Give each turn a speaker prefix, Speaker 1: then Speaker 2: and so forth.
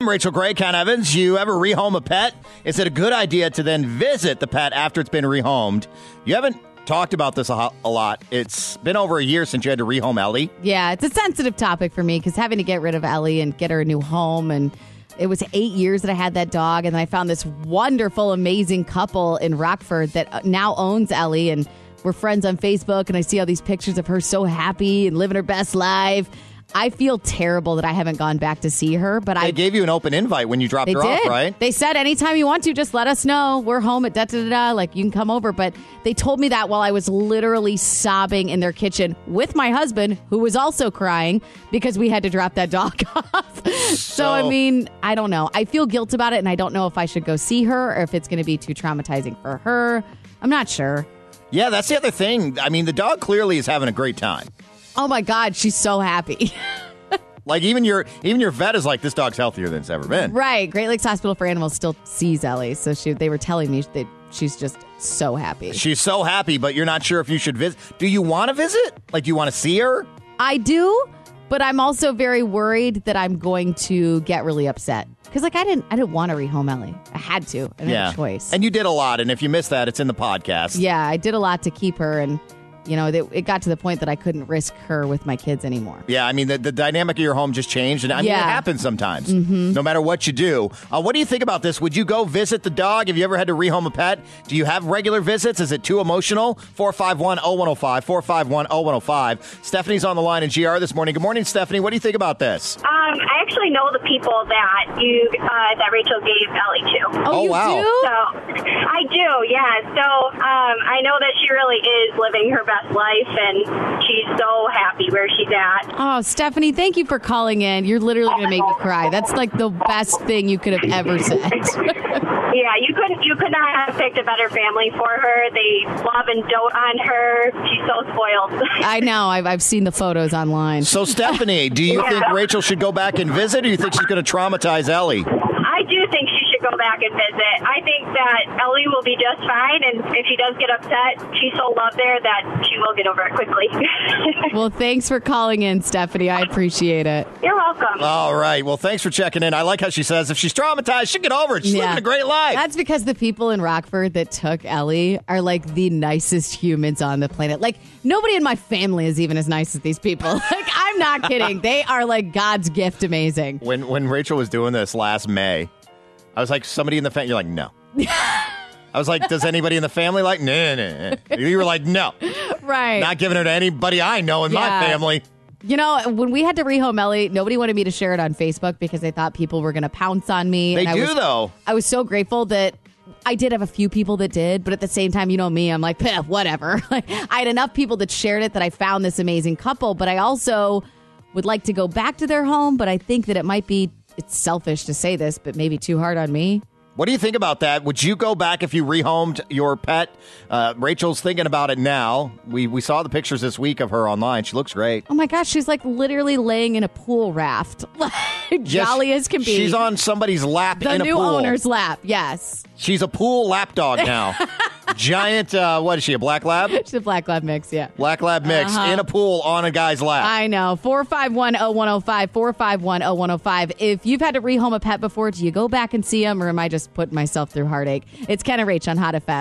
Speaker 1: I'm Rachel Gray, Ken Evans. You ever rehome a pet? Is it a good idea to then visit the pet after it's been rehomed? You haven't talked about this a, ho- a lot. It's been over a year since you had to rehome Ellie.
Speaker 2: Yeah, it's a sensitive topic for me because having to get rid of Ellie and get her a new home and it was eight years that I had that dog, and then I found this wonderful, amazing couple in Rockford that uh, now owns Ellie, and we're friends on Facebook. And I see all these pictures of her so happy and living her best life. I feel terrible that I haven't gone back to see her, but
Speaker 1: They
Speaker 2: I
Speaker 1: gave you an open invite when you dropped
Speaker 2: they
Speaker 1: her
Speaker 2: did.
Speaker 1: off, right?
Speaker 2: They said anytime you want to, just let us know. We're home at da da da da. Like you can come over. But they told me that while I was literally sobbing in their kitchen with my husband, who was also crying because we had to drop that dog off. So, I
Speaker 1: So-
Speaker 2: mean, I don't know. I feel guilt about it, and I don't know if I should go see her or if it's going to be too traumatizing for her. I'm not sure.
Speaker 1: Yeah, that's the other thing. I mean, the dog clearly is having a great time.
Speaker 2: Oh my God, she's so happy.
Speaker 1: Like even your even your vet is like, this dog's healthier than it's ever been.
Speaker 2: right. Great Lakes Hospital for Animals still sees Ellie. So she, they were telling me that she's just so happy.
Speaker 1: She's so happy, but you're not sure if you should visit. Do you want to visit? Like, do you want to see her?
Speaker 2: I do, but I'm also very worried that I'm going to get really upset because, like, I didn't, I didn't want to rehome Ellie. I had to. I didn't have a choice.
Speaker 1: And you did a lot, and if you missed that, it's in the podcast.
Speaker 2: yeah, I did a lot to keep her, and you know, it, it got to the point that I couldn't risk her with my kids anymore.
Speaker 1: Yeah, I mean, the, the dynamic of your home just changed. And I mean, it
Speaker 2: Yeah.
Speaker 1: happens sometimes, no matter what you do. Uh, what do you think about this? Would you go visit the dog? Have you ever had to rehome a pet? Do you have regular visits? Is it too emotional? 451 0105, 451 0105. Stephanie's on the line in GR this morning. Good morning, Stephanie. What do you think about this?
Speaker 3: Um, I actually know the people that you uh, that Rachel gave Ellie to.
Speaker 2: Oh,
Speaker 1: Oh,
Speaker 2: you
Speaker 1: wow.
Speaker 3: So
Speaker 2: do?
Speaker 3: I do, yeah. So um, I know that she really is living her best life, and she's so happy where she's at.
Speaker 2: Oh, Stephanie, thank you for calling in. You're literally going to make me cry. That's like the best thing you could have ever said.
Speaker 3: Yeah, you couldn't you could not have picked a better family for her. They love and dote on her. She's so spoiled.
Speaker 2: I know. I've, I've seen the photos online.
Speaker 1: So, Stephanie, do you think Rachel should go back and visit, or do you think she's going to traumatize Ellie?
Speaker 3: I do think she should go back and visit. I think that Ellie will be just fine, and if she does get upset, she's so loved there that she will get over it quickly.
Speaker 2: Well, thanks for calling in, Stephanie. I appreciate it.
Speaker 3: You're welcome.
Speaker 1: All right. Well, thanks for checking in. I like how she says if she's traumatized, she can get over it. She's living a great life.
Speaker 2: That's because the people in Rockford that took Ellie are like the nicest humans on the planet. Like nobody in my family is even as nice as these people. Like I'm not kidding. They are like God's gift amazing.
Speaker 1: when when Rachel was doing this last May, I was like, somebody in the family. You're like, no. I was like, does anybody in the family like? Nah, nah. nah." You were like, no,
Speaker 2: Right.
Speaker 1: not giving her to anybody I know in my
Speaker 2: Yeah.
Speaker 1: family.
Speaker 2: you know, when we had to rehome Ellie, nobody wanted me to share it on Facebook because they thought people were going to pounce on me.
Speaker 1: They
Speaker 2: and I
Speaker 1: do
Speaker 2: was,
Speaker 1: though.
Speaker 2: I was so grateful that I did have a few people that did, but at the same time, you know me, I'm like, "Peh, whatever. Like, I had enough people that shared it that I found this amazing couple, but I also would like to go back to their home, but I think that it might be it's selfish to say this, but maybe too hard on me.
Speaker 1: What do you think about that? Would you go back if you rehomed your pet? Uh, Rachel's thinking about it now. We we saw the pictures this week of her online. She looks great.
Speaker 2: Oh my gosh, she's like literally laying in a pool raft. Like,
Speaker 1: Yes,
Speaker 2: Jolly as can be.
Speaker 1: She's on somebody's lap
Speaker 2: the
Speaker 1: in
Speaker 2: new
Speaker 1: a pool.
Speaker 2: owner's lap. Yes.
Speaker 1: She's a pool lap dog now. Giant. Uh, what is she? A black lab?
Speaker 2: She's a black lab mix, yeah.
Speaker 1: Black lab mix in a pool on a guy's lap.
Speaker 2: I know. 451 0105, 451 0105. If you've had to rehome a pet before, do you go back and see them or am I just putting myself through heartache? It's Ken and Rach on Hot FM.